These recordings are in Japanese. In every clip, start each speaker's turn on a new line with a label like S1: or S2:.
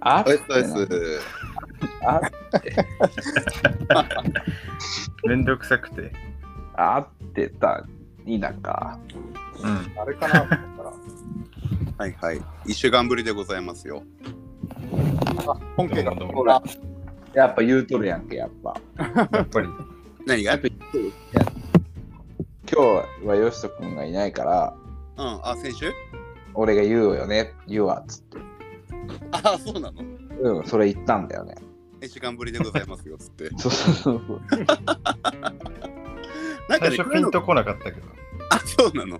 S1: あ
S2: おやすみです。
S1: あ
S3: めんどくさくて。
S1: あってた田舎。
S3: うん。
S1: あれかなと思ったら。
S2: はいはい。一週間ぶりでございますよ。
S4: 本家が
S3: どうも
S4: ほら、
S1: やっぱ言うとるやんけ、やっぱ。
S3: やっぱり。
S2: 何
S1: や
S2: が
S1: っぱ言うとるやん。今日はよしとくんがいないから、
S2: うん。あ、先週
S1: 俺が言うよね、言うわっつって。
S2: あ、そうなの
S1: うん、それ言ったんだよね。
S2: 一週間ぶりでございますよ。つって。
S1: そうそうそう。
S2: なんか
S3: 最
S2: ね、
S3: 初
S2: こうい
S3: ピ
S2: う
S3: ン
S2: の、
S3: とこなかったけど。
S2: あ、そうなの。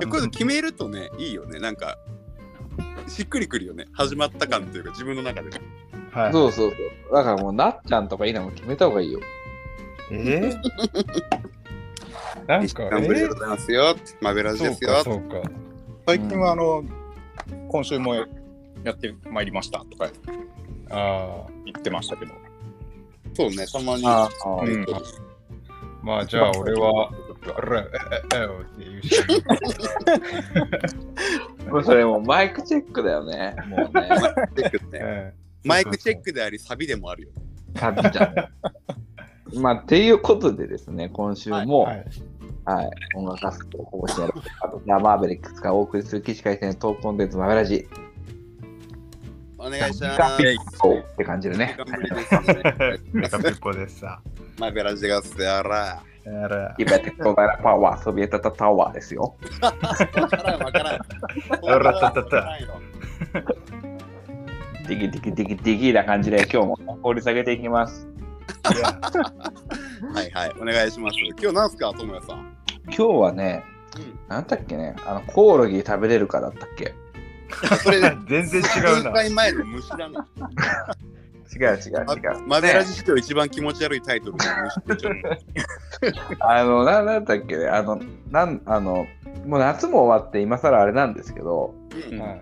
S2: でこういうの決めるとね、いいよね。なんか、しっくりくるよね。始まった感というか、自分の中で。
S3: はい。
S1: そうそうそう。だからもう、なっちゃんとかいいのも決めた方がいいよ。
S3: えー、なん
S2: 一週
S3: か、
S2: 間ぶりでございますよ。マベラジ
S4: そ
S2: で
S4: う
S2: すよ
S4: か、。そうか。最近は、あの、今週もやってまいりましたとか
S3: あ
S4: 言ってましたけど。
S2: そうね、たまに。
S1: あ
S4: うん
S3: あ、まあじゃあ俺は、あら、え、え、え、って言うしかない
S1: もうそれもうマイクチェックだよね。もうね、
S2: チェックね
S3: え
S2: マイクチェックであり、サビでもあるよね。
S1: カビちゃん。まあ、っていうことでですね、今週も、
S3: え。
S1: は、
S3: はいい。
S1: 音楽活動をこぼしてやる。あと、ザ・マーベリックスがお送りする起死回生のトークコンテンツ、マベラジ。
S2: お願いしま
S1: ガ
S2: す。
S1: ビそうって感じるね。
S2: 一週間ぶりですね
S3: カペコでさ。
S2: マベラジがすやら。
S3: あら、
S1: キベテコガラパワー、ソビエタタタワーですよ。
S2: わからん、わからん。
S3: あらたたた
S2: わからんよ
S1: ディギディギディギディギな感じで、今日も掘り下げていきます。
S2: はいはい、お願いします。今日なんすか、ともやさん。
S1: 今日はね、
S2: うん
S1: なんだっけね、あの、コオロギ食べれるかだったっけ
S2: それ、
S3: 全然違う
S2: 数
S3: な。
S2: 回前の虫だな。
S1: 違う違う違う。
S2: マベラジ史上一番気持ち悪いタイトルの虫
S1: あの、ななんだっけね、あの、なん、あの、もう夏も終わって、今更あれなんですけど、
S2: うん
S4: は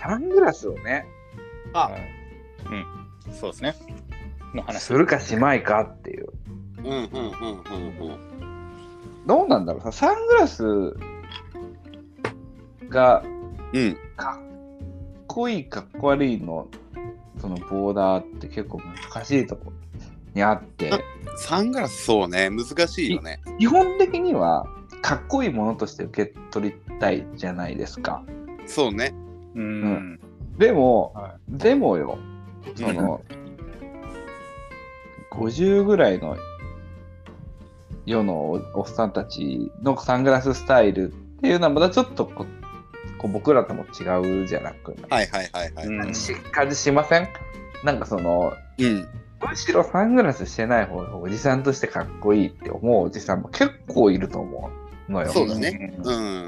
S1: サングラスをね、
S2: あ
S3: はい
S4: いそうですね。の話。
S1: するかしまいかっていう。
S2: うんうんうんうんうん。
S1: どうなんだろうさ、サングラスが
S2: うん、
S1: かっこいい、かっこ悪いの、そのボーダーって結構難しいとこにあって、
S2: サングラス、そうね、難しいよね。
S1: 基本的には、かっこいいものとして受け取りたいじゃないですか。
S2: そうね。
S4: う。
S1: うんでも、
S3: は
S1: でもよ、その、50ぐらいの世のおおっさんたちのサングラススタイルっていうのは、またちょっとここう僕らとも違うじゃなくない、
S2: はいはいはいはい。
S4: うん
S1: し感じしませんなんかその、
S2: うん。
S1: むしろサングラスしてない方がおじさんとしてかっこいいって思うおじさんも結構いると思うのよ。
S2: そうだね
S4: うん
S2: うん。
S3: う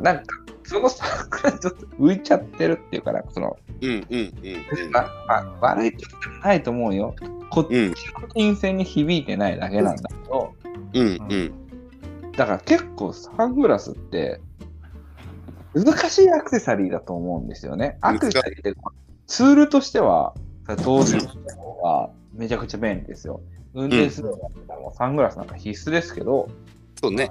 S3: ん
S1: なんか、そのサングラスちょっと浮いちゃってるっていうか、なんかその、
S2: うんうんうん
S1: まあ、悪いことじゃないと思うよ。こっち
S2: うん
S1: の金銭に響いてないだけなんだけど、
S2: うん。うんうん。
S1: だから結構サングラスって難しいアクセサリーだと思うんですよね。アクセサリーってツールとしては、どうするのがめちゃくちゃ便利ですよ。運転するのはもうサングラスなんか必須ですけど、
S2: そうね。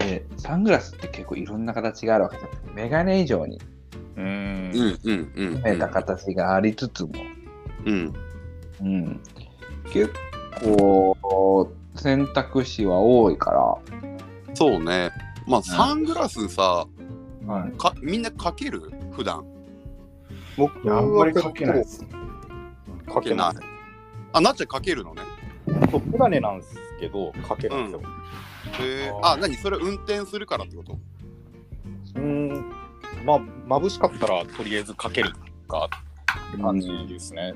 S1: えーサングラスって結構いろんな形があるわけじゃなくて、メガネ以上に
S4: うん
S2: うんうんう
S1: 見
S2: ん。
S1: えた形がありつつも、
S2: うん。
S1: うん、結構選択肢は多いか
S2: そうね。まあ、サングラスさ、
S1: ら、はい、
S2: かみんなかける普段。
S4: 僕
S3: いやあんまり
S4: 結構
S3: かけないですね。
S4: かけない。
S2: あ、なっちゃんかけるのね。
S4: そうメガネなんですけど、かけないんですよ。
S2: へー
S3: あー
S2: あ、何それ運転するからってこと
S4: うん。まあ、眩しかったら、とりあえずかけるかって感じですね。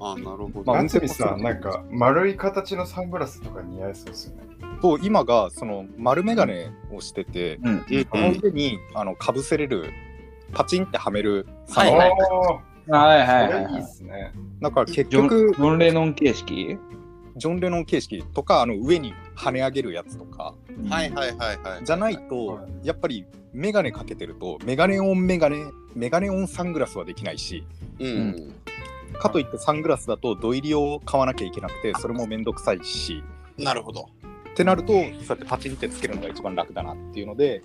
S2: あ、なるほど。
S4: まあ
S3: 夏にさ、なんか丸い形のサングラスとか似合いそうですよね。
S4: と、今が、その、丸メガネをしてて、
S1: うん、
S2: うん
S4: この上に、あのかぶせれるパチンってはめるサ
S2: は
S4: ン
S2: い
S4: グ
S2: は
S4: ラ
S2: い
S4: ス、
S1: はい
S3: あ
S1: はい
S3: ー、
S1: は
S3: それいい
S1: い
S3: っすね。
S4: だから結
S1: ジョン
S4: 局
S1: ジョン・レノン形式
S4: ジョン・レノン形式とかあの上に跳ね上げるやつとか
S2: はいはいはいはい。
S4: じゃないと
S3: は
S4: やっぱりメガネかけてるとメガネオンメガネメガネオンサングラスはできないし
S2: うん。
S4: かといってサングラスだと土入りを買わなきゃいけなくてそれもめんどくさいし
S2: なるほど。
S4: ってなるとそうやってパチンってつけるのが一番楽だなっていうので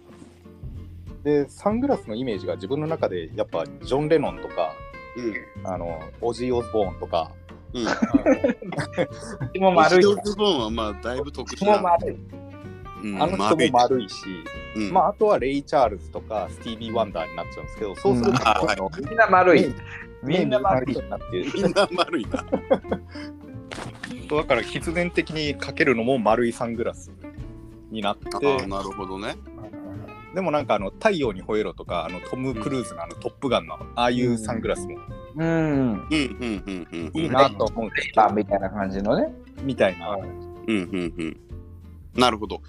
S4: でサングラスのイメージが自分の中でやっぱジョン・レノンとかあのオジー・オズボーンとか
S2: うん。うん。
S1: 口も
S2: マ
S1: 丸い。
S2: ルズボーンはまあだいぶ特殊
S1: 口も
S2: な。
S1: 丸い。
S2: うん
S4: あの人も丸いし、
S2: うん
S4: まあ、あとはレイ・チャールズとかスティービー・ワンダーになっちゃうんですけどそうする
S1: うん
S4: と、
S2: あはい
S4: あの
S1: みんな丸い
S4: ね。
S1: みんな丸い。
S4: になって
S2: みんな丸いな。
S4: だから必然的にかけるのも丸いサングラスになって
S2: ああ、なるほどね。
S4: でもなんかあの「太陽にほえろ」とかあのトム・クルーズのあの「トップガン」のああいうサングラスも
S1: うん。
S2: うんうんうんうん。
S4: いいなと思うんですけど
S1: あ、みたいな感じのね。
S4: みたいな
S2: うんうんうん。なるほど。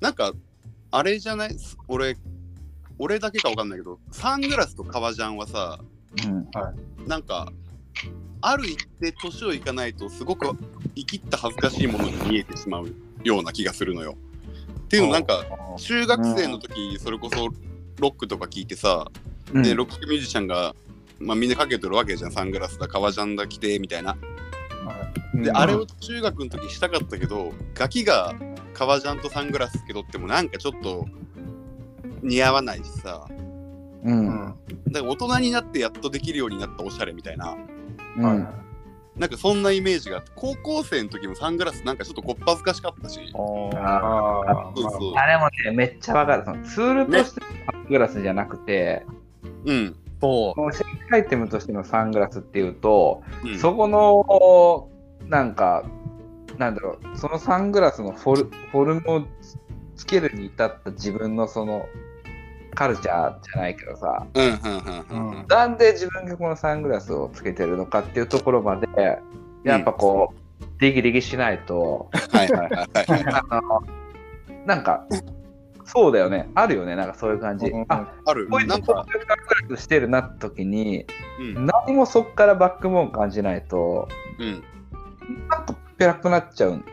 S2: なんか、あれじゃない俺、俺だけかわかんないけど、サングラスと革ジャンはさ、
S1: うん。
S2: なんか、ある一定年をいかないと、すごく生きった恥ずかしいものに見えてしまうような気がするのよ。っていうの、なんか、中学生の時、それこそロックとか聞いてさ、
S1: うん
S2: で、ロックミュージシャンが、まあ、みんなかけてるわけじゃん、サングラスだ、革ジャンだ、着て、みたいな。で、あれを中学の時したかったけど、ガキが革ジャンとサングラスけどってもなんかちょっと似合わないしさ、
S1: うん。
S2: だから大人になってやっとできるようになったおしゃれみたいな、
S1: うん。
S2: なんかそんなイメージがあって、高校生の時もサングラスなんかちょっとこっぱずかしかったし、
S1: あー
S2: そうそう、
S1: あれもね、めっちゃわかる。そのツールとしてのサングラスじゃなくて、
S2: うん、
S4: そ
S1: もう正規アイテムとしてのサングラスっていうと、
S2: うん、
S1: そこの、なんか、なんだろう、そのサングラスのフォルフォルムをつけるに至った自分のそのカルチャーじゃないけどさ、
S2: うん、うん、うん、うん、
S1: なんで自分がこのサングラスをつけてるのかっていうところまで、やっぱこう、デキデキしないと、
S2: はいはいはいはい。
S1: あの、なんか、そうだよね、あるよね、なんかそういう感じ。
S4: うん
S1: あ
S2: あ る、
S1: こいつ
S2: な
S1: こ
S2: ん
S1: う
S2: か、
S1: いうサングラスしてるなって時に、
S2: うん、
S1: 何もそこからバックボーン感じないと、
S2: うん、
S1: なんかペラくなっちゃうん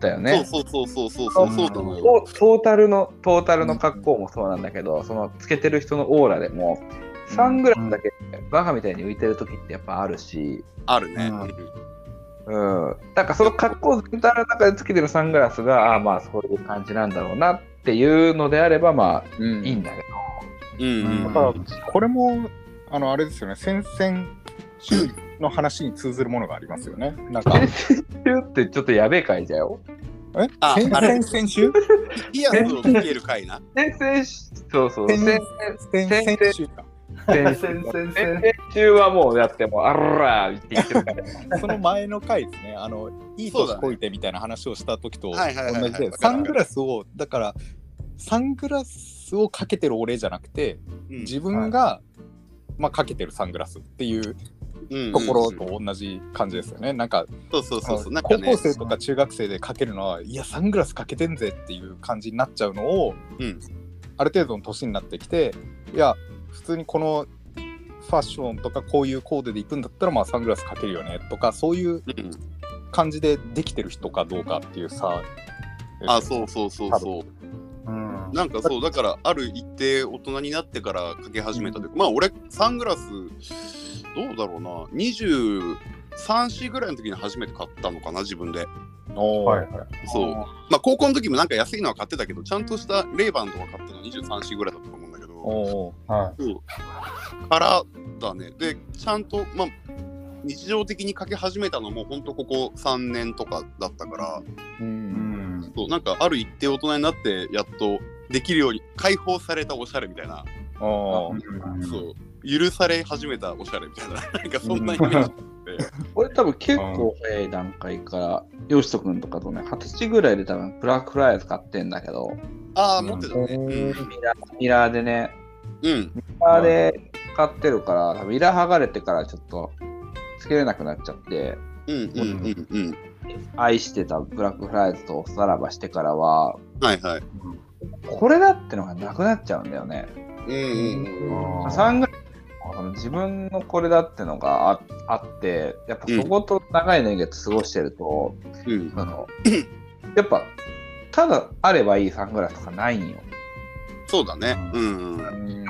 S1: だよね。
S2: そうそうそうそうそう、そうなのよ。
S1: トトータルのトータルの格好もそうなんだけど、そのつけてる人のオーラでもサングラスだけバカみたいに浮いてる時ってやっぱあるし、
S2: あるね。
S3: うん
S1: うん、だからその格好全体の中でつけてるサングラスがああまあそういう感じなんだろうなっていうのであればまあ
S4: う、うん
S1: いいんだけど、
S2: うん、うん、うん
S3: だからこれもあのあれですよね先々週の話に通ずるものがありますよねなんか
S1: 先週ってちょっとやべえ回だよ。
S3: え
S2: あ
S3: 先
S2: あれ
S3: 々先週
S2: ピアスをつける回な。
S1: 先々週そうそう
S3: 先先
S1: 先先々
S3: 々週か
S1: 々先々週はもうだってもうあらーって言ってるから
S4: その前の回ですね、あのいい年こいてみたいな話をした時と同
S2: はいはいはいはい
S4: じで、サングラスを、だから、サングラスをかけてる俺じゃなくて、
S2: うん
S4: 自分が、まあ、かけてるサングラスっていう
S2: うん
S4: ところと同じ感じですよね。なんか、
S2: そうそうそうそう。なんか
S4: 高
S2: ね
S4: 校、生とか中学生でかけるのは、いや、サングラスかけてんぜっていう感じになっちゃうのを、
S2: うん
S4: ある程度の年になってきて、いや、普通にこの、ファッションとかこういうコーデで行くんだったらまあサングラスかけるよねとかそういう
S2: うん、
S4: 感じでできてる人かどうかっていう差ですよね
S2: あ、そうそうそうそう。
S3: うん
S2: なんかそう、だから、ある一定大人になってからかけ始めたというか、まあ、俺、サングラス、どうだろうな、23、4ぐらいの時に初めて買ったのかな、自分で。
S4: おー
S3: はいはい
S2: そう。まあ、高校の時もなんか安いのは買ってたけど、ちゃんとしたレイバンとか買ったの23、4ぐらいだったと思うんだけど、
S4: おー
S3: は
S2: そうからだね。で、ちゃんと、まあ、日常的にかけ始めたのも、ほんとここ3年とかだったから、
S3: い
S4: う
S3: うんん
S2: そうなんかある一定大人になってやっとできるように解放されたおしゃれみたいな、
S4: おー
S2: そう許され始めたおしゃれみ たいななんかそんなイメージ、
S1: 俺多分結構早い段階から、ヨシト君とかとね、二十歳ぐらいで多分ブラックフライヤー使ってんだけど、
S2: ああ持ってたねうん
S1: ミラーミラーでね、
S2: うん
S1: ミラーで使ってるから、多分ミラー剥がれてからちょっとつけれなくなっちゃって、
S2: うんうんうんうん
S1: 愛してたブラックフライヤーズとおさらばしてからは、
S2: はいはい
S1: これだってのがなくなっちゃうんだよね。
S2: うんうん
S3: あー
S1: サングラスその自分のこれだってのがああって、やっぱそこと長い年月過ごしてると、
S2: うん
S1: あの やっぱ、ただあればいいサングラスとかないんよ。
S2: そうだねうんうん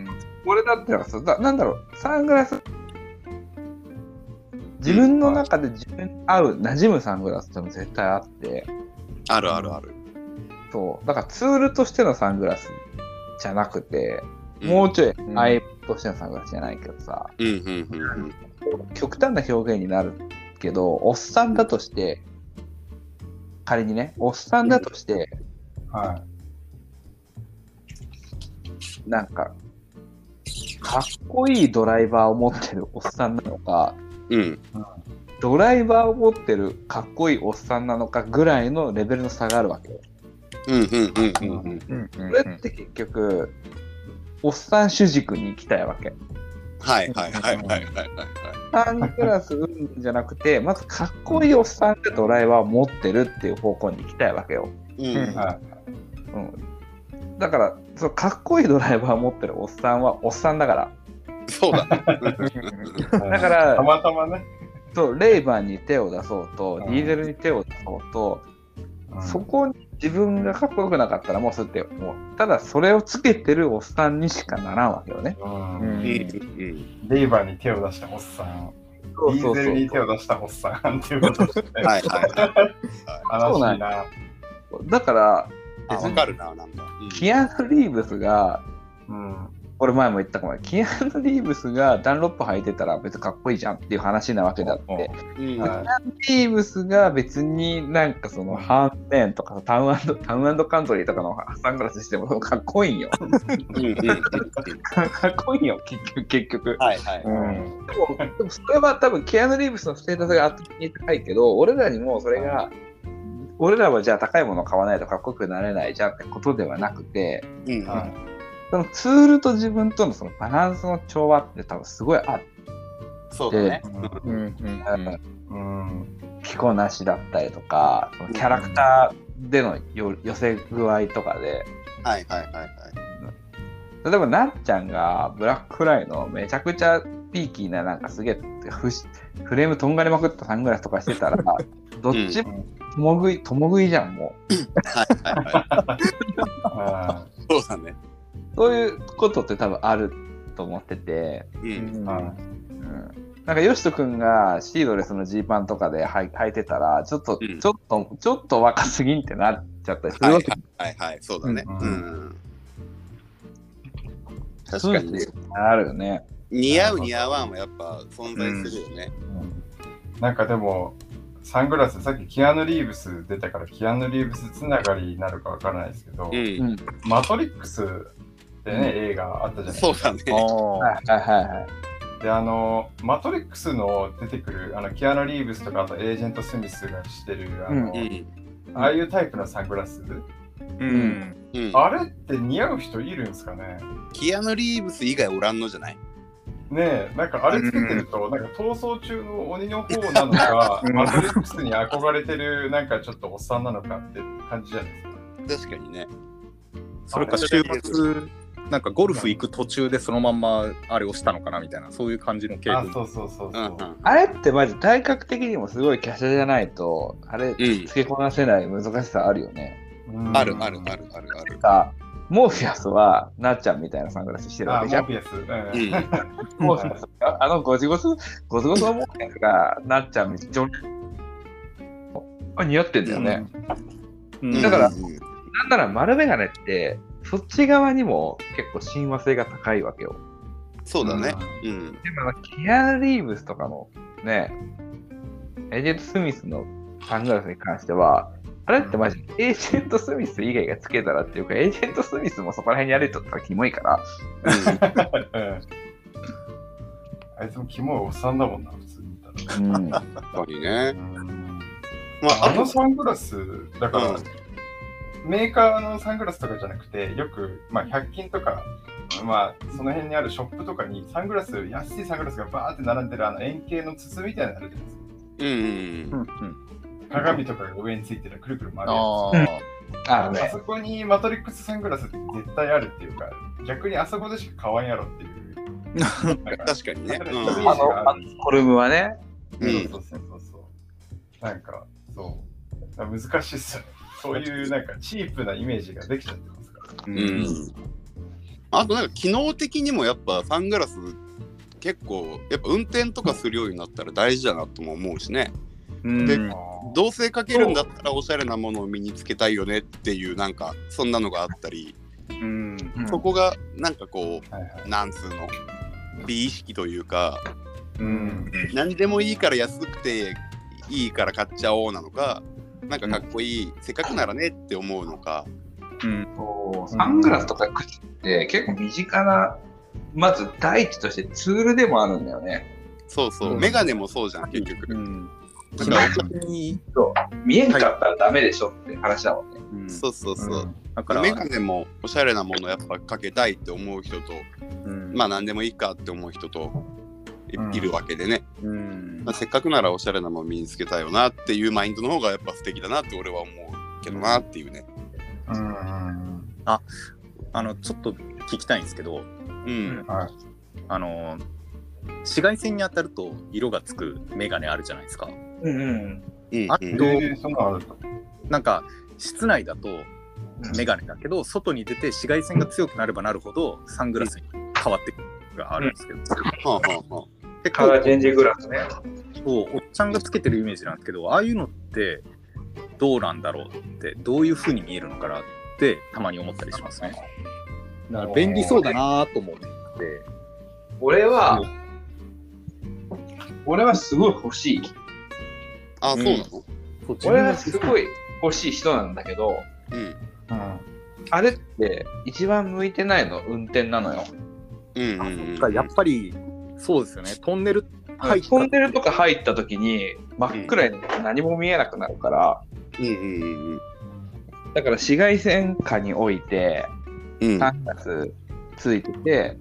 S1: 俺だってなんかそうだなんだろうサングラス自分の中で自分に合う馴染むサングラスってのも絶対あって
S2: あるあるある
S1: そうだからツールとしてのサングラスじゃなくてもうちょい
S4: ん
S1: あえとしてのサングラスじゃないけどさ、
S2: うんうんうんうん
S1: 極端な表現になるけど、おっさんだとして、仮にね、おっさんだとして、
S3: は
S1: なんか、かっこいいドライバーを持ってるおっさんなのか、
S2: うん
S1: ドライバーを持ってるかっこいいおっさんなのかぐらいのレベルの差があるわけよ。
S2: うんうんうんうんう
S3: い。
S2: ん
S3: うんう
S1: こ
S3: ん
S1: れって結局、おっさん主軸に行きたいわけ。
S2: はいはいはいはいはいはい
S1: サングラスうんじゃなくて、まずかっこいいおっさんがドライバーを持ってるっていう方向に行きたいわけよ。
S2: うん
S3: うん
S2: は
S1: うん、だからそのかっこいいドライバーを持ってるおっさんはおっさんだから
S2: いそうだね
S1: だか
S5: た
S1: ら
S5: またまね。
S1: そうレイバンに手を出そうと
S5: うん
S1: ディーゼルに手を出そうとそこに自分がかっこよくなかったらもうそれってもうただそれをつけてるおっさんにしかならんわけよね。
S5: うん
S2: うん
S3: うん
S2: うん
S5: レイバーに手を出したおっさん、
S1: そう
S5: ディ
S1: そ
S5: ー
S1: うそ
S5: ゼ
S1: う
S5: ルに手を出したおっさんっていうことです
S2: う
S5: ね
S2: んはいはいはい
S5: 悲し
S1: そうない
S5: な。
S1: だから
S2: あわかるななんかうん
S1: キアヌ・リーブスが
S5: うん。
S1: これ前も言ったかもキアヌ・リーブスがダンロップ履いてたら別にかっこいいじゃんっていう話なわけだって
S3: うん
S2: うん
S5: はい
S1: リーブスが別になんかそのハーフメンとかタウンタウンカントリーとかのサングラスしてもかっこいいんよ。
S2: うんうんうんうん
S1: かっこいいんよ、結局。結局
S2: はいはい
S5: うん。
S1: でも、でもそれは多分ケアヌ・リーブスのステータスが圧倒的に高いけど、俺らにもそれが、俺らはじゃあ高いものを買わないとかっこよくなれないじゃんってことではなくて、
S2: うん
S5: は
S1: そのツールと自分とのそのバランスの調和って多分すごいあって、
S2: そうだね
S5: い。
S4: うんうんうん
S5: うん。
S1: 着こなしだったりとか、そのキャラクターでのよ寄せ具合とかで、
S2: はいはいはいはい
S1: 例えばなっちゃんがブラックフライのめちゃくちゃピーキーななんかすげえふしフレームとんがりまくったサングラスとかして たらどっちもとも食いとも食いじゃんもう
S2: はい はいは
S5: あ
S2: いそうだね
S1: そういうことって多分あると思ってて、
S2: うん
S5: ーあー
S1: うん、なんかよしとくんがシードレスのジーパンとかではい履いてたらちょっと、
S2: うん
S1: ちょっとちょっと若すぎんってなっちゃったりす
S2: は
S1: る
S2: い
S1: わけ
S2: はいはいそうだね
S5: うん
S2: うん確かにね
S1: あるよね。
S2: 似合う似合わんはやっぱ存在するよね
S5: なんかでも、サングラス、さっきキアヌ・リーブス出たから、キアヌ・リーブスつながりになるかわからないですけど、
S2: うん
S5: マトリックスってね、映画あったじゃないですか
S2: そうだね
S4: あ
S1: はいはいはいはい。
S5: であのマトリックスの出てくるあのキアナ・リーブスとかあとエージェント・スミスがしてるあの、
S2: うん
S5: ああいうタイプのサングラス、
S4: ーうん
S2: うん
S5: あれって似合う人いるんですかね
S2: キアヌ・リーブス以外おらんのじゃない
S5: ねえなんかあれつけてると、なんか逃走中の鬼の方なのか
S4: うん
S5: マトリックスに憧れてるなんかちょっとおっさんなのかって感じじゃないですか
S2: 確かにね。
S4: それか週末なんかゴルフ行く途中でそのまんまあれをしたのかなみたいなそういう感じの経
S5: あ
S4: 験
S5: そうそうそう
S2: う
S5: そ
S2: ん
S5: う、
S2: うん
S1: あれってマジ体格的にもすごい華奢じゃないとあれ
S2: うん
S1: つけこなせない難しさあるよね。
S5: うん
S2: あるあるあるあるある。
S1: さ、モーフィアスはなっちゃんみたいなサングラスしてるわ
S5: あ
S1: け
S5: モ
S1: じゃ
S5: ー
S1: ん。
S5: ビアス、うん
S2: うん、
S1: モーフィアスがあのゴジゴジ、ゴジゴジのモーフィアスがなっちゃんみたいな。あ似合ってんだよね。
S4: うん
S1: だから
S2: うんうん
S1: なんなら丸眼鏡って、そっち側にも結構親和性が高いわけよ。
S2: そうだね。うん。
S1: でもあの、キアヌ・リーブスとかのね、エージェント・スミスのサングラスに関しては、あれってマジ、エージェント・スミス以外がつけたらっていうか、エージェント・スミスもそこら辺に歩いとったらキモいから、
S5: うんあいつもキモいおっさんだもんな普通に見たら
S1: うん、
S2: 確かにね。ま
S5: まあ、
S2: あ、
S5: あ
S2: あの
S5: の、サングラス、だから、
S2: うん
S5: メーカーのサングラスとかじゃなくて、よく、まあ、100均とか、まあ、その辺にあるショップとかに、サングラス、安いサングラスがバーって並んでる、あの、円形の筒みたいなのあるじゃないです
S2: うんうんう
S4: う
S2: んん。
S4: うん
S5: か。鏡とかが上についてる、くるくる回るや
S4: あ
S1: ある
S5: つ。あ
S1: ね
S5: そ。こにマトリックスサングラスって絶対あるっていうか、逆にあそこでしか買わんやろっていう。なんか
S2: 確かにね。
S5: う
S2: うんん
S5: あ
S1: あの、あのフォルムはね。
S2: うん
S5: そうそうそうそう。なんか、そう。だから難しいっすよね。 そういう、なんか、チープなイメージができちゃってますから。
S4: う
S2: うんん。あとなんか機能的にもやっぱサングラス結構やっぱ運転とかするようになったら大事だなとも思うしね
S4: うん
S2: で
S4: うん
S2: どうせかけるんだったらおしゃれなものを身につけたいよねっていうなんかそんなのがあったり
S4: うん
S1: うん
S2: そこがなんかこ
S5: はいは
S2: うなんつうの美意識というか
S5: い。うん。
S2: 何でもいいから安くていいから買っちゃおうなのかなんかかっこいい、せっかくならねって思うのか
S1: そうサングラスとか靴って結構身近な、まず第一としてツールでもあるんだよね。
S2: そうそう、
S4: うん
S2: メガネもそうじゃん結局、
S4: うん
S2: だからお金に、
S1: 見えんかったらダメでしょって話だもんね。
S4: うん
S2: そうそうそう、
S5: うん
S4: だから、
S2: メガネもおしゃれなものやっぱかけたいって思う人と、
S4: うん
S2: まあ何でもいいかって思う人とい
S5: うん
S2: いるわけでね、
S4: うん
S2: まあ、せっかくならおしゃれなもの身につけたいよなっていうマインドの方がやっぱ素敵だなって俺は思うけどなっていうね。
S5: うん。
S4: あのちょっと聞きたいんですけど
S2: うん。
S5: はい。
S4: あの紫外線に当たると色がつくメガネあるじゃないですか
S1: うんうん。
S2: うん。
S4: あ
S2: うん
S5: え
S4: どう
S5: ー、そんなのあると。
S4: なんか室内だとメガネだけど外に出て紫外線が強くなればなるほどサングラスに変わってくるがあるんですけど、
S2: はあはあはあ
S4: 結
S1: カラー
S4: 構
S1: チェンジグラスね。
S4: おっちゃんがつけてるイメージなんですけどああいうのってどうなんだろうってどういう風に見えるのかなってたまに思ったりしますね。だから便利そうだなと思って。
S1: 俺は、俺はすごい欲しい。
S2: あ、そうなの
S1: 俺はすごい欲しい人なんだけど、
S2: うん。
S5: うん。
S1: あれって一番向いてないの運転なのよ。
S2: うんう
S4: あ
S2: ん
S4: そっ
S2: うん。
S4: かやっぱりそうですよねトンネル入った
S1: トンネルとか入った時に真っ暗に何も見えなくなるから、
S2: うんうんうんうん。
S1: だから紫外線下において、
S2: うん、
S1: サングラスついてて、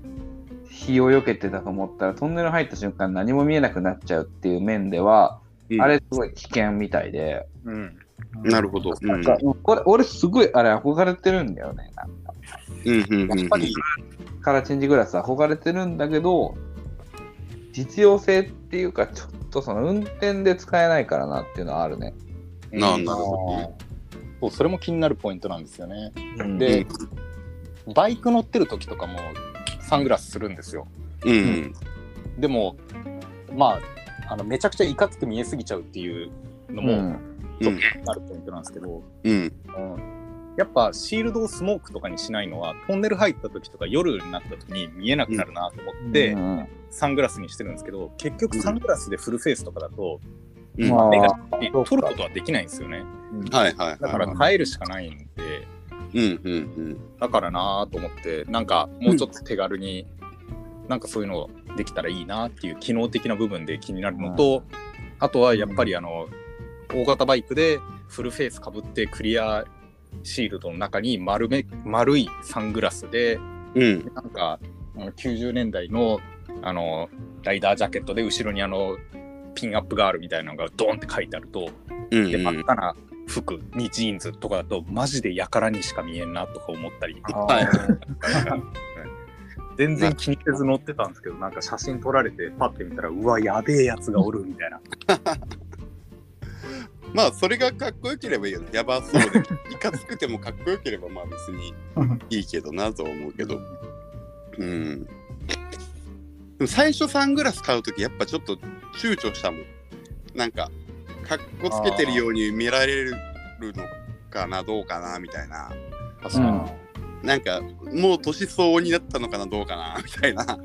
S1: 日を避けてたと思ったら、トンネル入った瞬間何も見えなくなっちゃうっていう面では、
S2: うん
S1: あれすごい危険みたいで、
S4: うん
S2: なるほど。うん、
S1: なんか、これ俺すごいあれ憧れてるんだよね。なんか
S2: うんうんうんうん
S4: やっぱり
S1: カラーチェンジグラス憧れてるんだけど、実用性っていうか、ちょっとその運転で使えないからなっていうのはあるね。
S2: ななる
S5: あ
S2: ほどね。
S4: そうそれも気になるポイントなんですよね
S1: うん
S4: でバイク乗ってる時とかもサングラスするんですよ
S2: うん
S4: でもまああのめちゃくちゃいかつく見えすぎちゃうっていうの
S1: う
S4: も
S1: ん
S4: ちょっと気になるポイントなんですけど、
S2: うん
S4: うんやっぱシールドをスモークとかにしないのはトンネル入った時とか夜になった時に見えなくなるなと思って、
S1: うん
S4: サングラスにしてるんですけど結局サングラスでフルフェイスとかだと、
S2: うん
S1: まあ
S4: 目が取ることはできないんですよね
S2: はいはいはい。
S4: だから変えるしかないんで、
S2: うんうん
S4: だからなぁと思ってなんかもうちょっと手軽に、なんかそういうのできたらいいなっていう機能的な部分で気になるのと、あとはやっぱりあの大型バイクでフルフェイスかぶってクリアシールドの中に丸め丸いサングラスで
S2: うん。うん。
S4: なんかあの90年代のあのライダージャケットで後ろにあのピンアップがあるみたいなのがドーンって書いてあると
S2: うん
S4: で
S2: う
S4: 真っ
S2: ん。
S4: 赤な服にジーンズとかだとマジでやからにしか見えんなとか思ったり
S2: はい。
S4: 全然気にせず乗ってたんですけどなんか写真撮られてパッて見たらうわやべえやつがおるみたいな
S2: まあそれがかっこよければいいよね。やばそうで。いかつくてもかっこよければまあ別にいいけどなとは思うけど。うん。でも最初サングラス買うときやっぱちょっと躊躇したもん。なんか、かっこつけてるように見られるのかな、どうかな、みたいな。
S4: 確
S1: う
S4: か
S1: ん
S2: なんか、もう年相応になったのかな、どうかな、みたいな。
S4: な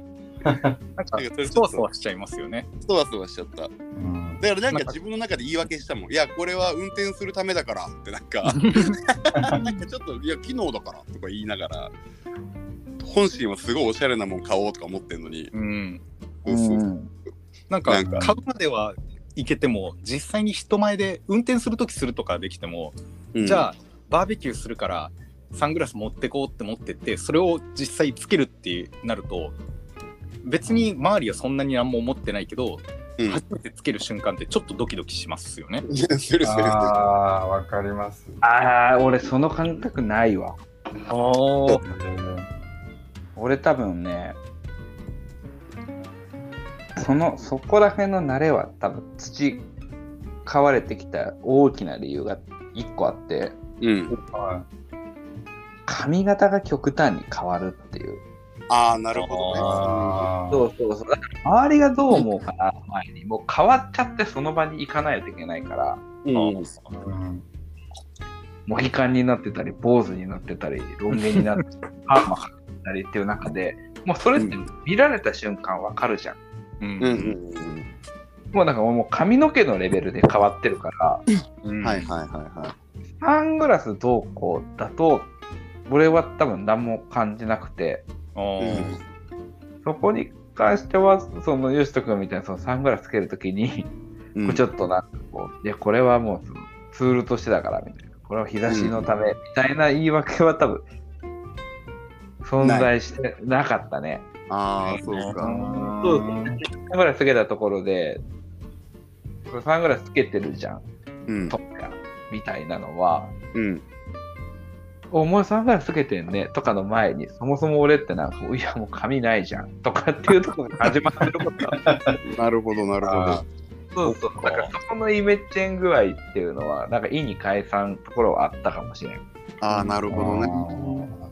S4: ん
S2: なんかそれ
S4: か
S2: ちょっと
S4: そわそわしちゃいますよね
S2: そわそわしちゃった。
S5: うん。
S2: だからなんか自分の中で言い訳したもん。いや、これは運転するためだからってなん か、なんかちょっと、いや、機能だからとか言いながら、本心はすごいおしゃれなもん買おうとか思ってんのに、
S4: うん
S1: う
S2: うん
S1: ん
S4: なん
S2: な
S4: か
S2: んか
S4: 買うまではいけても実際に人前で運転する時するとかできても、じゃ
S2: あ、
S4: あバーベキューするからサングラス持ってこうって持ってってそれを実際つけるってなると別に周りはそんなに何も思ってないけど、
S2: うん
S4: 初めてつける瞬間ってちょっとドキドキしますよね。
S2: するするする。
S5: ああー、わかります。
S1: ああ、俺その感覚ないわ。
S5: 全然
S1: 俺多分ね、その、そこら辺の慣れは多分土、買われてきた大きな理由が一個あって、
S2: うん。
S5: は
S1: 髪型が極端に変わるっていう。
S2: ああ、なるほ
S5: い。
S2: どね。
S5: ああ。
S1: そうそうそう。だから周りがどう思うかな、前に。もう変わっちゃってその場に行かないといけないから。
S2: うん
S5: うん。
S1: モヒカンになってたり、坊主になってたり、ロン毛になってたり、パーマかけてたりっていう中で、もうそれって見られた瞬間わかるじゃん。
S4: うん
S2: うんうん
S1: もうなんかもう髪の毛のレベルで変わってるから、
S4: う
S2: うんん。はいはいはいは
S1: サングラスどうこうだと、俺は多分何も感じなくて、
S4: あ
S2: い。
S4: ー
S1: そこに関しては、そのヨシト君みたいなそのサングラスつけるときに、
S2: うんうん
S1: ちょっとなんかこう、いや、これはもうツールとしてだからみたいな、これは日差しのためみたいな言い訳は多分、存在してなかったね。
S2: ああ、そうか。
S1: そうサングラスつけたところで、これサングラスつけてるじゃん、
S2: うん
S1: と。か、みたいなのは、
S2: うん。
S1: お前サングラスつけてんねとかの前に、そもそも俺ってなんか、いや、もう髪ないじゃんとかっていうところが始まって ることは
S2: なるほどなるほど。
S1: そうそう。だからそこのイメチェン具合っていうのは、なんか意に介さんところはあったかもしれない。
S2: ああ、なるほどね。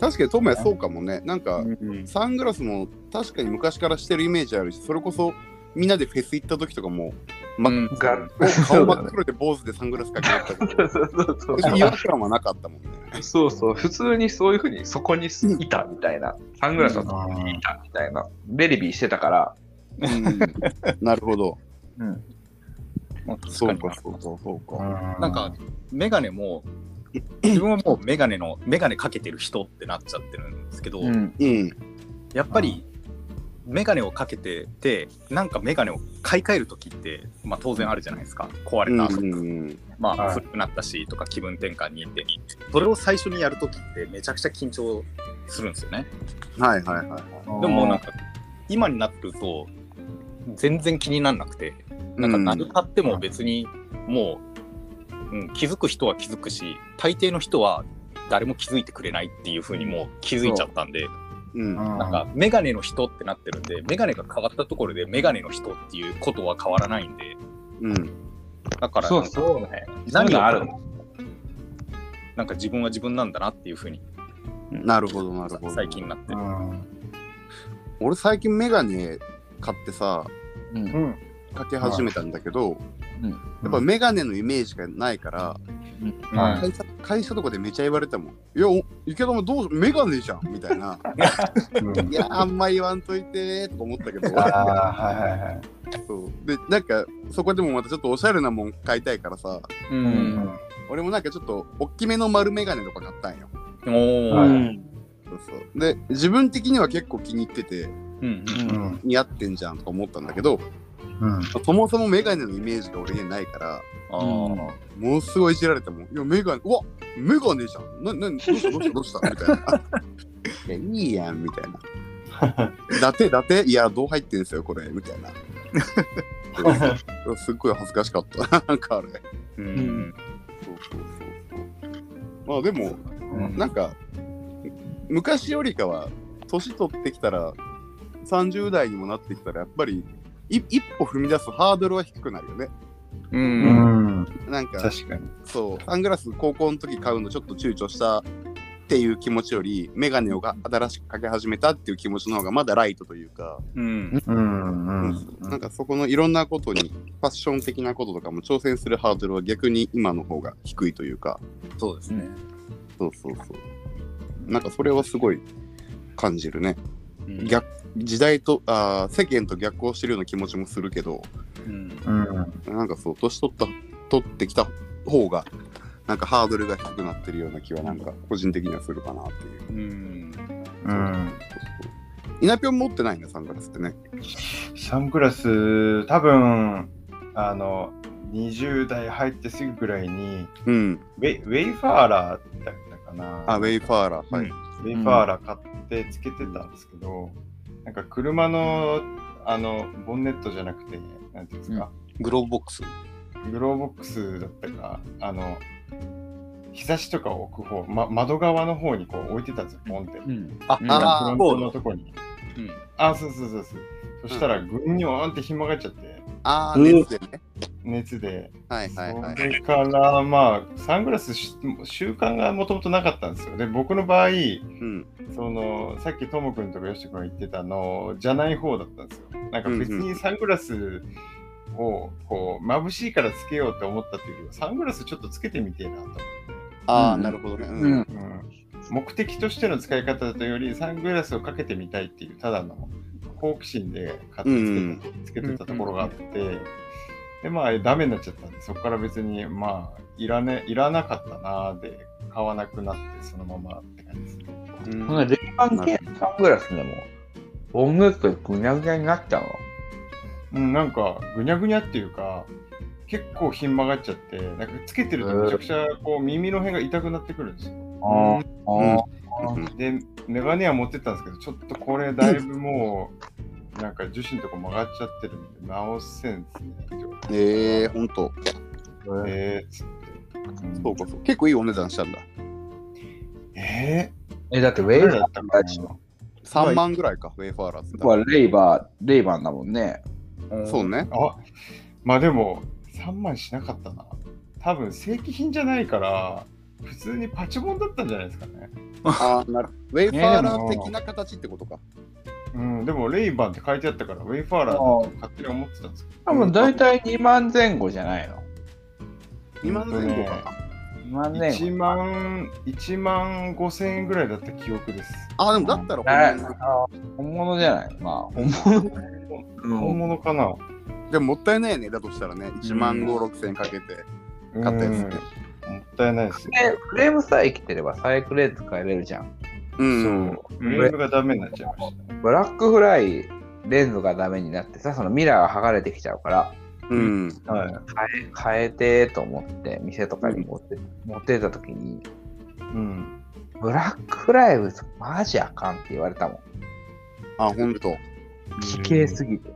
S2: 確かにトメそうかもね。なんか、
S4: うん
S2: サングラスも確かに昔からしてるイメージあるし、それこそみんなでフェス行った時とかも、ま
S4: うん
S1: が
S2: 顔真っ黒で坊主でサングラスかけてたけど、
S1: そうそうそう
S2: 別に違和感はなかったもんね。
S1: そうそう、普通にそういうふうにそこにいたみたいな、サングラスのとこにいたみたいな、ベリビーしてたから、
S2: うんなるほど。
S4: まあ確
S2: そ
S4: か
S2: う
S4: に
S2: かそうかそうか。
S4: なんか、メガネも、自分はもうメガネの、メガネかけてる人ってなっちゃってるんですけど、
S1: ん、
S2: うん。
S4: やっぱり、メガネをかけてて、なんかメガネを買い替えるときって、まあ当然あるじゃないですか。壊
S2: う
S4: れ
S2: ん
S4: た、
S2: うん
S4: ま
S5: は
S4: あ
S5: い
S4: 古くなったしとか気分転換にって、それを最初にやるときってめちゃくちゃ緊張するんですよね。
S2: はいはいはい。
S4: でももうなんか、今になってると、全然気にならなくて、なんか何買っても別にもう、うん、気づく人は気づくし大抵の人は誰も気づいてくれないっていう風にもう気づいちゃったんで
S2: うん。うん
S4: なんかメガネの人ってなってるんでメガネが変わったところでメガネの人っていうことは変わらないんで
S2: うん。
S4: だから
S1: そうそうね。
S4: 何
S1: そういう
S4: を
S1: のある
S4: なんか自分は自分なんだなっていう風に
S2: なるほどなるほど。
S4: 最近になって
S2: 俺最近メガネ買ってさ、
S1: う
S3: う
S1: ん
S3: ん。
S2: かけ始めたんだけど、
S1: うん
S2: やっぱメガネのイメージがないから、
S3: はい
S2: 会社会社とかでめちゃ言われたもん。いや、お池田もどうメガネじゃんみたい な。いや、あんま言わんといてとか思ったけど。
S5: ああ、はいはいはい。
S2: そうで、なんか、そこでもまたちょっとおしゃれなもん買いたいからさ、
S4: う
S5: うんん。
S2: 俺もなんかちょっと、おっきめの丸メガネとか買ったんよ。
S4: おー
S5: はい
S2: そうそうで、自分的には結構気に入ってて、
S4: うん
S5: うん。
S2: 似合ってんじゃんとか思ったんだけど、
S5: うん。
S2: そもそもメガネのイメージが俺にないから、
S4: あー
S2: ものすごいいじられたもん。いや、メガネ、うわメガネじゃん。な、な、どうしたどうしたどうしたみたいな。 いや、いいやん、みたいな。だて、だて、いや、どう入ってんすよ、これ、みたいな。 すっごい恥ずかしかった。 なんかあれ。
S4: うん
S1: ん
S2: そうそうそうそう。まあでも、なんか、昔よりかは、年取ってきたら、30代にもなってきたら、やっぱり、い一歩踏み出すハードルは低くなるよね。
S4: う
S5: うんん。
S2: なんか、
S5: 確かに。
S2: そう、サングラス高校の時買うのちょっと躊躇したっていう気持ちより、メガネをが新しくかけ始めたっていう気持ちの方がまだライトというか、
S4: うん
S5: うん。うん。
S2: なんかそこのいろんなことに、ファッション的なこととかも挑戦するハードルは逆に今の方が低いというか、
S4: そうですね
S2: そうそうそう。なんかそれはすごい感じるね。
S4: うん
S2: 逆時代とあー世間と逆行してるような気持ちもするけど
S4: うん
S5: うん。
S2: なんかそう年取った取ってきた方がなんかハードルが低くなってるような気はなんか個人的にはするかなっていう
S4: うん
S5: うん。
S2: イナピョン持ってないねサングラスってね
S5: サングラス、多分あの、20代入ってすぐぐらいに、
S2: うん
S5: ウェイウェイファーラーだったかな。
S2: あウェイファーラーはい、
S4: うん
S5: ウェイファーラー買ってつけてたんですけど、なんか車の、あの、ボンネットじゃなくて、なんていうんですか、
S4: グローブボックス
S5: グローボックスだったか、あの、日差しとかを置く方、ま、窓側の方にこう置いてたんですよ、ポンって。
S4: あ
S2: あ
S5: フロントのとこに。
S4: うん
S5: あ、そうそうそうそう。そしたら、ぐにょーんってひまがっちゃって、
S2: ああ熱でね
S5: 熱で。
S2: はいはいはい
S5: それから、まあ、サングラスし習慣がもともとなかったんですよ。で、僕の場合、
S2: うん
S5: そのさっきともくんとかよしとくんが言ってたのじゃない方だったんですよ。なんか別にサングラスををこう眩しいからつけようって思ったっていうよりはサングラスちょっとつけてみてえなと思って、
S2: ああ、なるほどね。
S1: う
S2: うんん。
S5: うん、目的としての使い方というよりサングラスをかけてみたいっていうただの好奇心で買ってつけて,、つけてたところがあって、でまあダメになっちゃったんでそこから別にまあいら,、ね、いらなかったなーで買わなくなってそのままって感じですね。
S1: このレイバン系のサングラスでも、ボンネットぐにゃぐにゃになっちゃうの。
S5: うん、なんかぐにゃぐにゃっていうか結構ひん曲がっちゃってなんかつけてるとめちゃくちゃこう耳の辺が痛くなってくるんですよ。
S1: あ
S2: うん
S1: あ、
S2: うん
S5: でメガネは持ってったんですけどちょっとこれだいぶもうなんか樹脂のとこ曲がっちゃってるんで直せんですね。
S2: ええー、ほんと。
S5: えー、つって。
S2: そうか、そう結構いいお値段したんだ。
S5: え
S1: え、だってウ
S5: ー、
S1: ェイバー
S5: だったかな
S2: 3万ぐらいか、ウェイファーラーズ
S1: はレイバー、レイバンだもんね。
S2: そうね。
S5: あまあでも3万しなかったな。多分正規品じゃないから普通にパチモンだったんじゃないですかね。
S2: あーなるウェイファーラー的な形ってことか。
S5: うん、でもレイバンって書いてあったからウェイファーラーだと勝手に思ってたんですけ
S1: 多分大体2万前後じゃないの。
S2: 2万前後かな。
S1: 2万
S5: ど、
S1: 前後。
S5: 1万1万5千円ぐらいだった記憶です。
S2: あー、でもだった
S1: あ
S2: らほんま
S1: あ本物じゃないまあ、本物。
S5: 本物かな
S2: に。でももったいないね、だとしたらね。1万5、6千円かけて買ったやつって。
S5: うんもったいないですね。
S1: で、フレームさえ生きてればサイクレー使えれるじゃん。
S2: うん。
S5: フレームがダメになっちゃいまし
S1: ブラックフライレンズがダメになってさ、そのミラーが剥がれてきちゃうから、
S2: うん。
S5: た。はい。
S1: 変えてと思って、店とかに持って、持ってた時に、
S5: うん。
S1: ブラックフライブズマジあかんって言われたもん。
S2: あ、ほんと。え
S1: 奇形すぎて。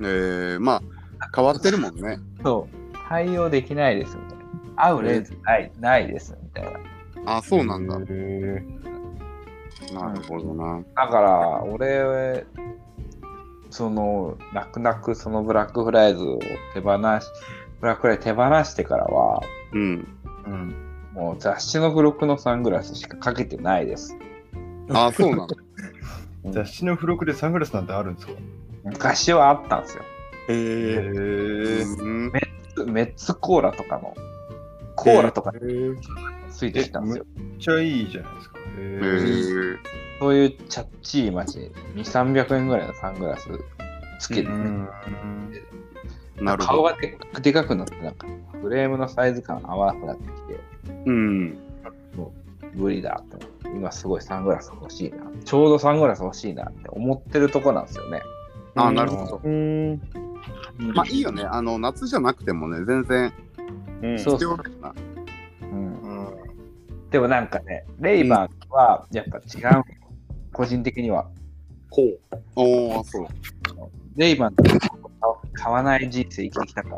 S2: えー、まあ、変わってるもんね。
S1: そう。対応できないですみたいな。合うレンズない、ないですみたいな。だ
S2: あ、そうなんだ。
S5: へえ
S2: なるほどな。
S1: から、俺、その、泣く泣くそのブラックフライズを手放し、ブラックフライ手放してからは、
S2: うん。
S5: うん。
S1: もう雑誌の付録のサングラスしかかけてないです。
S2: あ、そうなんだ。
S5: 雑誌の付録でサングラスなんてあるんですか
S1: 昔はあったんですよ。
S2: へ
S5: へ
S2: え
S5: え
S2: うん。
S1: メッツコーラとかの、コーラとかについてきたんですよ。
S5: めっちゃいいじゃないですか。へ
S2: え
S5: ー
S2: ー、
S1: そういうチャッチー街に2、300円ぐらいのサングラスつけて、
S5: うん
S2: なる
S1: 顔
S2: ほど。
S1: がでかでかくなって、なんかフレームのサイズ感合わなくなってき
S2: うん。
S1: て、無理だって思って、今すごいサングラス欲しいな、ちょうどサングラス欲しいなって思ってるとこなんですよね。
S2: あ、なるほど。
S4: うん。
S2: まあいいよね。あの、夏じゃなくてもね、全然
S4: うん。
S1: そう
S2: 必
S1: そう
S2: 要だよな。
S1: うん
S5: うん
S1: でもなんかね、レイバンはやっぱ違う、個人的には。
S4: こう。
S2: おお、そう。
S1: レイバンと買わない人生生きてきたか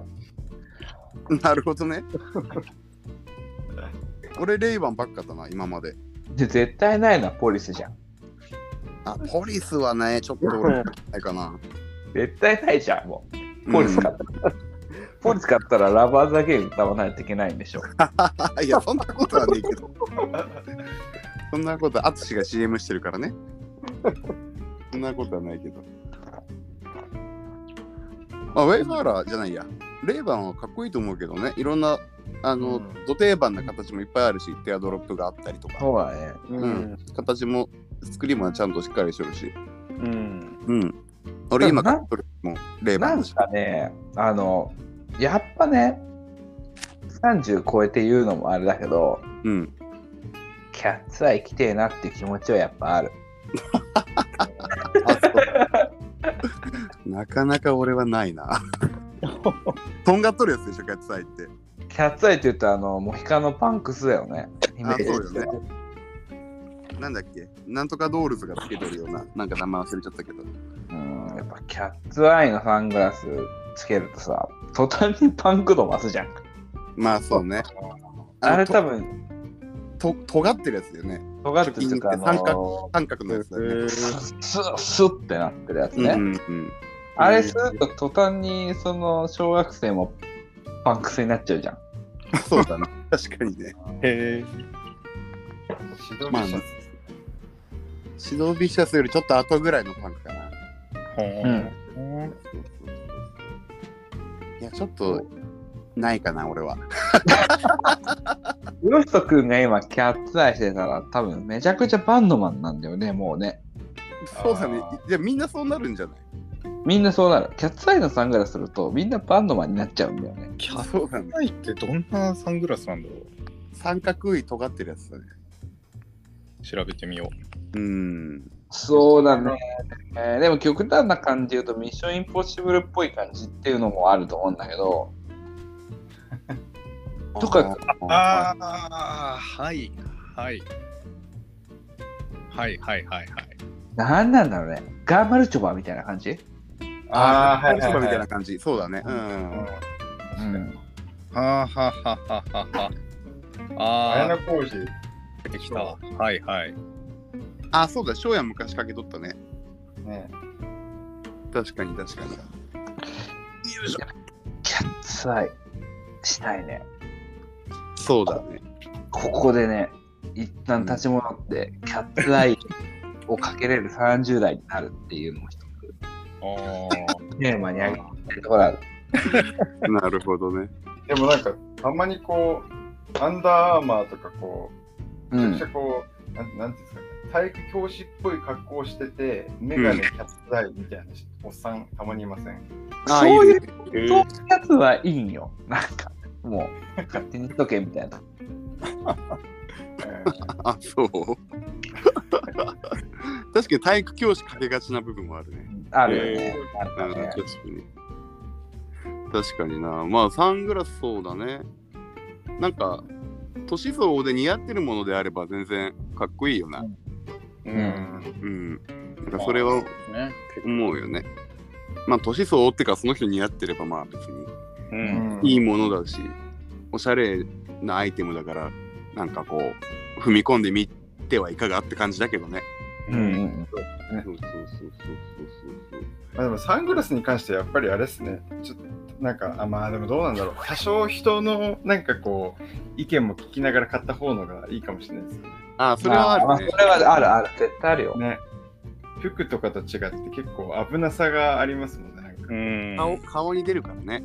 S1: ら。
S2: なるほど ね。俺、レイバンばっかだな、今まで。
S1: で、絶対ないのはポリスじゃん。
S2: あ、ポリスはね、ちょっと 俺、ないかな。
S1: 絶対ないじゃん、もう。ポリス買ったら。ポリス買ったらラバーザゲーム歌わないといけないんでしょ。
S2: うん いや、そんなことはねえけど。そんなこと、アツシが CM してるからね。そんなことはないけど。あ、ウェイファーラーじゃないや。レイバンはかっこいいと思うけどね。いろんな、あの、
S5: うん
S2: ド定番な形もいっぱいあるし、テアドロップがあったりとか、
S1: そうだね。
S2: うん形も、スクリームはちゃんとしっかりしてるし。
S4: うん。
S2: うん。俺今
S1: な
S2: 買っとるもん、レイバ
S1: な
S2: ン
S1: んかね、あの、やっぱね、30超えて言うのもあれだけど、
S2: うん。
S1: キャッツアイ来てえなっていう気持ちはやっぱある。
S2: なかなか俺はないな。とんがっとるやつでしょ、キャッツアイって。
S1: キャッツアイって言うと、あの、モヒカンのパンクスだよね。イメージ
S2: そうよねなんだっけなんとかドールズがつけてるような、なんか名前忘れちゃったけど。
S1: うん、やっぱキャッツアイのサングラスつけるとさ、途端にパンク度増すじゃん。
S2: まあそうね。
S1: あれ
S2: の
S1: 多分、
S2: と、と尖ってるやつだよね。
S1: 尖ってるっていうか、あ
S2: 貯金って三
S1: の、
S2: 三角のやつだよね。
S1: ススッスッってなってるやつ
S2: うん
S1: ね。
S2: うんうん、
S1: あれすると途端に、その、小学生もパンクスになっちゃうじゃん。
S2: そうだね。確かにね。
S4: へえ。
S5: シドニーシャツ
S2: シドビシャスよりちょっと後ぐらいのパンクかな。
S4: ほ
S1: うん
S4: ん。
S2: いや、ちょっと、ないかな、俺は。
S1: ヨシト君が今、キャッツアイしてたら、多分めちゃくちゃバンドマンなんだよね、もうね。
S2: そうだね
S3: あー。
S2: じゃみんなそうなるんじゃない
S1: みんなそうなる。キャッツアイのサングラスすると、みんなバンドマンになっちゃうんだよね。
S4: キャッ
S2: そうだね。
S4: タイってどんなサングラスなんだろう
S2: 三角い尖ってるやつだね。
S4: 調べてみよ
S2: うん。
S1: そうだね。えーでも極端な感じで言うと、ミッションインポッシブルっぽい感じっていうのもあると思うんだけど、とか
S4: う。
S2: あ
S4: あ、はい、はい。はいはいはいはい。
S1: なんなんだろうね。ガーマルチョバみたいな感じ
S2: ーあー、は
S5: あーはいい
S2: は
S5: はいい
S2: は。
S5: はいい
S2: みたいな感じ。そうだね。うん。
S1: うん。
S4: はあはあはあはあはあ。あ
S5: 綾
S4: あ
S5: 野浩二、
S4: ー、出てきた。はいはい。
S2: あー、そうだ。翔也昔かけとったね。
S5: ね、
S2: 確かに確かに。
S1: キャッツアイしたいね。
S2: そうだね。
S1: ここでね、一旦立ち戻って、キャッツアイをかけれる30代になるっていうのも一つ
S4: あ
S1: テーマに挙げてるところある。
S2: なるほどね。
S5: でもなんかたまにこうアンダーアーマーとかこう
S1: う
S5: めちゃくちゃ
S1: ん。
S5: こう、なんなんていうんですかね体育教師っぽい格好をしててメガネキャップダイみたいなおっさんたまにいません
S2: あ
S1: そういう、
S2: いい
S1: そうい
S2: ね
S1: うやつはいいんよ。なんか、もう、勝手にしとけみたいな。
S5: え
S2: あ、そう 確かに体育教師かけがちな部分もあるね。
S1: あるよね。
S2: う
S1: なん
S2: ん
S1: かね
S2: 確かに。確かにな。まあ、サングラスそうだね。なんか、年相応で似合ってるものであれば全然かっこいいよな。
S4: ー。う。
S1: うんん。
S2: うん。なんかそれは
S4: ね。結構
S2: 思うよね。まあ、年相応ってか、その人に似合ってればまあ別に
S4: う
S5: え
S4: ん。
S5: うん
S2: いいものだし、おしゃれなアイテムだから、なんかこう、踏み込んでみてはいかがって感じだけどね。
S1: うんうん
S2: そうそうそうそうそう
S5: まあ、でもサングラスに関してやっぱりあれですねちょっとなんかあまあでもどうなんだろう多少人のなんかこう意見も聞きながら買った方のがいいかもしれないですよね
S2: ああ、それは
S1: ま
S2: あ
S1: ま
S2: るね
S1: そ。れはあるある、絶対あるよ。
S5: ね服とかと違って結構危なさがありますもんねなんか、
S4: う
S2: 顔
S4: ん。
S2: 顔に出るからね。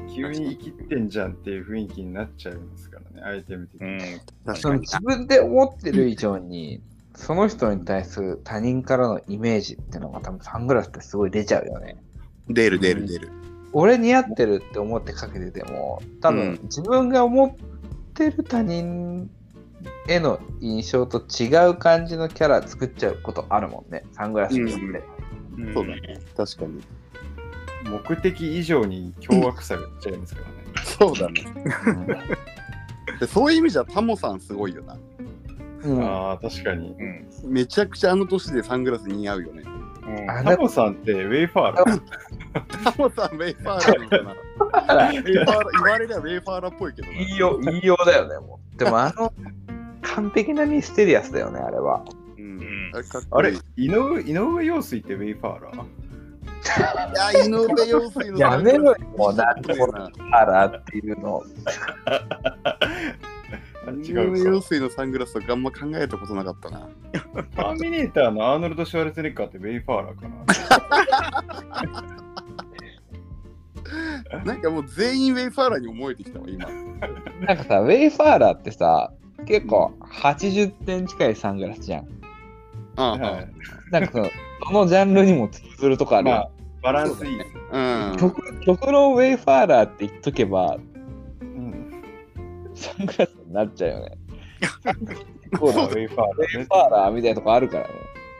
S5: うん急に生きてんじゃんっていう雰囲気になっちゃいますからねアイテム的
S4: う
S5: に、
S4: ん。
S2: 確
S1: その
S2: かに。
S1: 自分で思ってる以上に、その人に対する他人からのイメージってのが多分サングラスってすごい出ちゃうよね。
S2: 出る出る出る。
S1: 俺似合ってるって思ってかけてても、多分自分が思ってる他人への印象と違う感じのキャラ作っちゃうことあるもんね、サングラスによって。
S2: うん
S4: うん
S2: そうだね。確かに。
S5: 目的以上に凶悪さが出ちゃいますからね、
S2: そうだね。でそういう意味じゃタモさんすごいよな。
S1: うんうん
S5: ああ確かに
S4: うん。
S2: めちゃくちゃあの年でサングラス似合うよね。
S4: うん
S1: あ
S5: タ
S1: だ
S5: モさんってウェイファーラー
S2: タモさんウェイファーラーなのか な。ウェイファーラー言われりゃウェイファーラーっぽいけどな。
S1: 言いよう、言いようだよね、もう。でもあの、完璧なミステリアスだよね、あれは。
S2: うん、あれかっ
S5: あ
S2: こい
S5: れ
S2: いい
S5: 井上井上陽水ってウェイファーラー
S2: や、井上陽水の
S1: やめろよ、もう、
S2: な
S1: なんでこのあらっていうの。
S5: あ
S2: 井上
S5: 違
S2: 陽
S5: うか
S2: 水のサングラスとかあんま考えたことなかったな。
S5: ターミネーターのアーノルド・シュワルツェネッカーってウェイファーラーかな
S2: なんかもう全員ウェイファーラーに思えてきたわ、今。
S1: なんかさ、ウェイファーラーってさ、結構80点近いサングラスじゃん。
S2: ああ
S5: はい
S1: なんかその、どのジャンルにも通ずるとこあるよ、
S5: バランスいい、
S2: うん。
S1: 極極論ウェイファーラーって言っとけば、
S5: うん、
S1: サングラスになっちゃうよね。
S5: そうだウェイファー
S1: ウ
S5: ラ
S1: ェ
S5: ー
S1: イ
S5: ね
S1: ファーラーみたいなとこあるからね。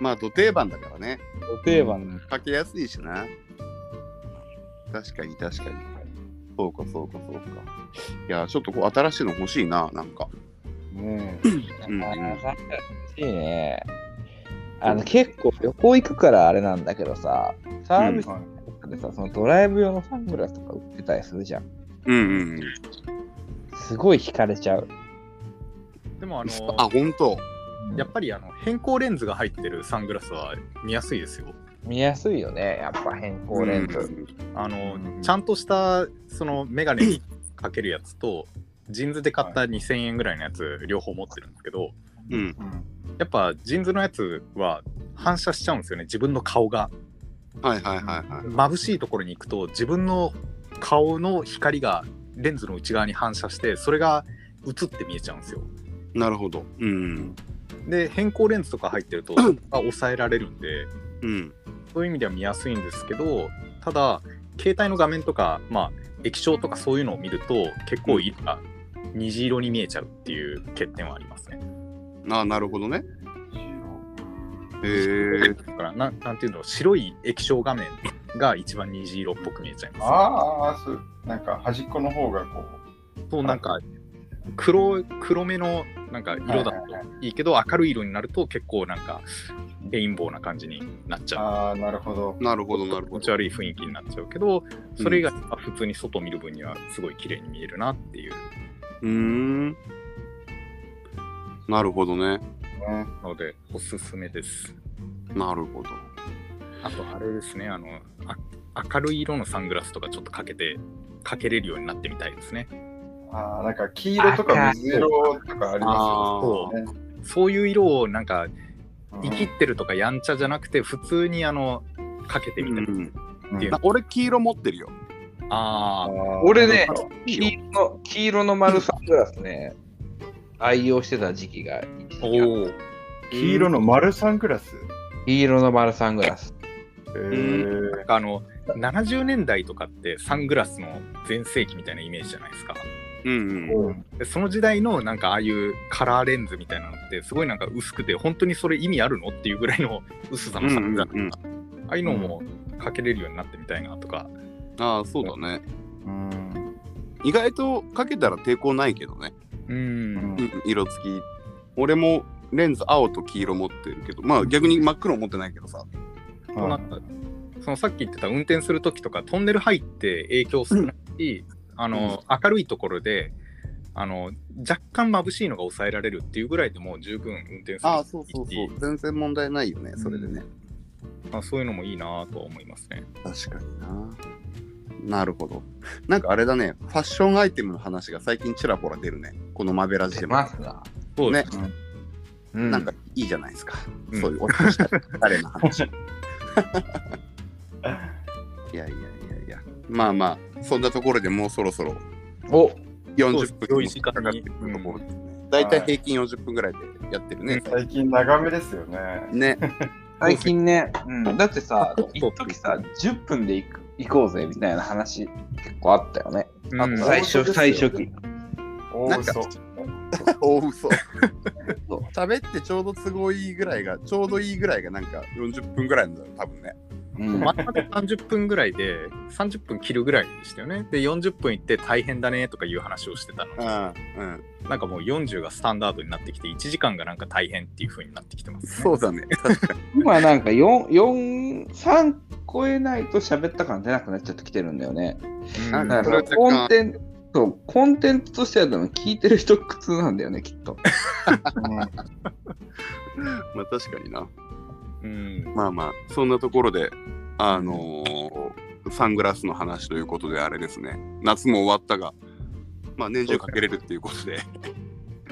S2: まあ、土定番だからね。
S1: お定番の。
S2: かけやすいしな。確かに確かに。そうかそうかそうか。いや、ちょっとこう新しいの欲しいな、なんか。
S5: ね
S2: うん
S1: あーサングラス欲しいね。あの、結構旅行行くからあれなんだけどさ、サービス
S5: え、はい
S1: とかでさ、そのドライブ用のサングラスとか売ってたりするじゃん。
S2: うんうんうん。
S1: すごい惹かれちゃう。
S4: でもあ
S2: あ、
S4: の、
S2: 本当。
S4: やっぱりあの変光レンズが入ってるサングラスは見やすいですよ。
S1: 見やすいよね、やっぱ変更レンズ。
S4: あの
S5: うん
S4: ちゃんとしたそのメガネにかけるやつ とジーンズで買った2000円ぐらいのやつ両方持ってるんですけど
S2: うん。
S5: うん
S4: やっぱジーンズのやつは反射しちゃうんですよね自分の顔が
S2: はいはいはいはい。
S4: 眩しいところに行くと自分の顔の光がレンズの内側に反射してそれが映って見えちゃうんですよ
S2: なるほど。うん。
S4: で変光レンズとか入 ってるとそこが抑えられるんで
S2: うん。
S4: そういう意味では見やすいんですけどただ携帯の画面とかまあ液晶とかそういうのを見ると結構色が虹色に見えちゃうっていう欠点はありますね。
S2: ああ、なるほどね。へえ
S4: だからなんなんていうの白い液晶画面が一番虹色っぽく見えちゃいます、
S5: ああ、そう、なんか端っこの方がこう。
S4: そうなんか黒黒目のなんか色だと
S5: はいはい
S4: いけど明るい色になると結構なんかレインボーな感じになっちゃう
S5: ああ、なるほど。
S2: なるほど、なるほ
S4: 気持
S2: ど
S4: ち。悪い雰囲気になっちゃうけどそれ以外は普通に外見る分にはすごい綺麗に見えるなっていう
S2: うーん。なるほどね。
S5: ね
S4: のでおすすめです
S2: なるほど。
S4: あとあれですねあのあ明るい色のサングラスとかちょっとかけてかけれるようになってみたいですね
S5: ああ、なんか黄色とか水色とかありま
S4: そ
S5: すよね。
S4: うそういう色をなんか
S5: うん
S4: 生きってるとかやんちゃじゃなくて普通にあのかけてみたい、
S2: うん
S5: うん
S4: っていう
S2: な俺、黄色持ってるよ。
S4: ああ
S1: 俺ね、
S2: いい
S1: 黄色の黄色の丸サングラスね、愛用してた時期が一時期あっ
S4: おお
S5: 黄色の丸サングラス。
S1: た黄色の丸サングラス。
S5: えー、
S4: あの70年代とかってサングラスの全盛期みたいなイメージじゃないですか
S2: うんうん。
S5: うん
S4: でその時代のなんかああいうカラーレンズみたいなのってすごいなんか薄くて本当にそれ意味あるのっていうぐらいの薄さのサングラス
S2: うんうんうん
S4: とかああいうのもかけれるようになってみたいなとか
S2: ああ、そうだね。
S5: うん
S2: 意外とかけたら抵抗ないけどね。
S4: う
S5: うんん
S2: うん色付き。俺もレンズ青と黄色持ってるけど、まあ逆に真っ黒持ってないけどさ。
S4: こうな
S5: は
S4: ん
S5: い
S4: かそのさっき言ってた運転する時とかトンネル入って影響するし、あの明るいところであの若干眩しいのが抑えられるっていうぐらいでもう十分運転する
S2: ああ、そうそう
S4: い
S2: そ。
S4: いう
S2: 全然問題ないよね、それでね。
S4: まあ、そういうのもいいなとは思いますね。
S2: 確かにな。なるほど。なんかあれだね、ファッションアイテムの話が最近ちらほら出るね。このマベラジで
S1: 出
S2: も。
S1: ますな。
S4: そう
S2: ね、
S1: うん
S2: なんかいいじゃないですか。
S4: うん
S2: そういう俺としては誰の話。いやいやいやいや。まあまあ、そんなところでもうそろそろ
S1: お
S2: 40分
S4: 良い時間に
S2: かかってくるところですね。だいたい平均40分ぐらいでやってるね。
S5: 最近長めですよね。
S2: ね。
S1: 最近ね、うん、だってさ
S4: そう、
S1: 一時さ、10分で行く行こうぜみたいな話結構あったよね。
S4: うん
S1: 最
S5: そうです
S1: 初、最初
S5: よ
S1: 期。
S5: 大
S2: なんか
S5: 嘘。
S2: 大嘘。
S1: そう
S2: 喋ってちょうど都合いいぐらいが、ちょうどいいぐらいがなんか40分ぐらいなんだよ、多分ね。
S1: うん
S4: 前まで30分ぐらいで30分切るぐらいでしたよね。で40分行って大変だねとかいう話をしてたのに
S2: うん。うん。
S4: なんかもう40がスタンダードになってきて1時間がなんか大変っていう風になってきてますね。
S2: そうだね。確かに。
S1: 今なんか4、4、3超えないと喋った感出なくなっちゃってきてるんだよね。
S2: な
S1: だから
S2: それは
S1: コン
S2: 若
S1: テンツ、そうコンテンツとしては多分聞いてる人苦痛なんだよね、きっと。
S2: まあ確かにな。
S4: うん
S2: まあまあ、そんなところで、あのーサングラスの話ということであれですね。夏も終わったが、まあ年中かけれるっていうことで、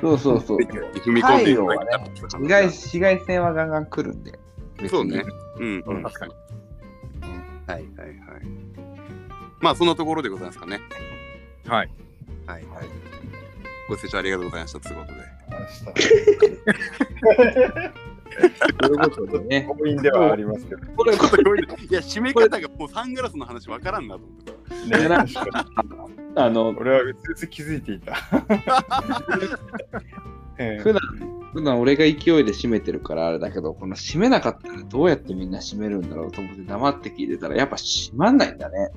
S1: そうそう そう。
S2: 踏み込んでいただきたいっていう話
S1: 紫外紫外線はガンガン来るんで。別に
S2: そうね。。うん、うん。
S4: 確かに。
S2: はいはいはい。まあそんなところでございますかね。
S4: はい。
S2: はい。ご清聴ありがとうございました。ということで。
S1: ということでね。
S5: 強引ではありますけど。
S1: これ、
S2: ちょっとこれいや、締め方がもうサングラスの話わからんなと思 ってた。
S5: ね、
S1: な
S5: 確かに
S1: あの、
S5: 俺はうつうつ気づいて いた。え
S1: 普段、普段俺が勢いで締めてるからあれだけど、この締めなかったらどうやってみんな締めるんだろうと思って黙って聞いてたら、やっぱ締まんないんだね。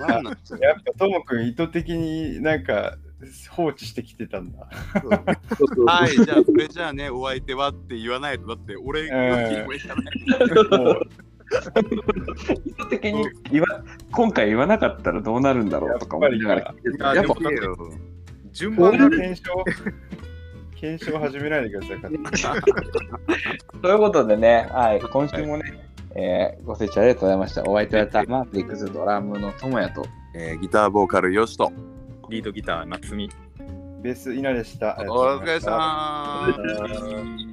S2: わからんな
S5: えやっぱともくん意図的になんか放置してきてたんだ。
S2: はい、じゃあ、それじゃあね、お相手はって言わないと、だって俺、
S5: え
S2: 俺じゃない
S5: もう
S1: 意図的に言わ今回言わなかったらどうなるんだろうとか思いながら聞いてたら、や
S4: やっ
S1: っ
S4: ぱ
S1: ぱ
S4: り順
S5: こう
S4: 番
S5: い
S4: が
S5: う検証、検証始めないでください勝手に。
S1: ということでね、はい、今週もね、えーご清聴ありがとうございました。お相手はタマーリックスドラムの友也と、
S2: えーギターボーカル、よしと。
S4: リードギター夏美。
S5: ベース稲でした。ありがとう
S2: お
S5: ご
S2: 疲
S5: ざい
S2: れ
S5: ました
S2: 様。
S5: ありがとうございます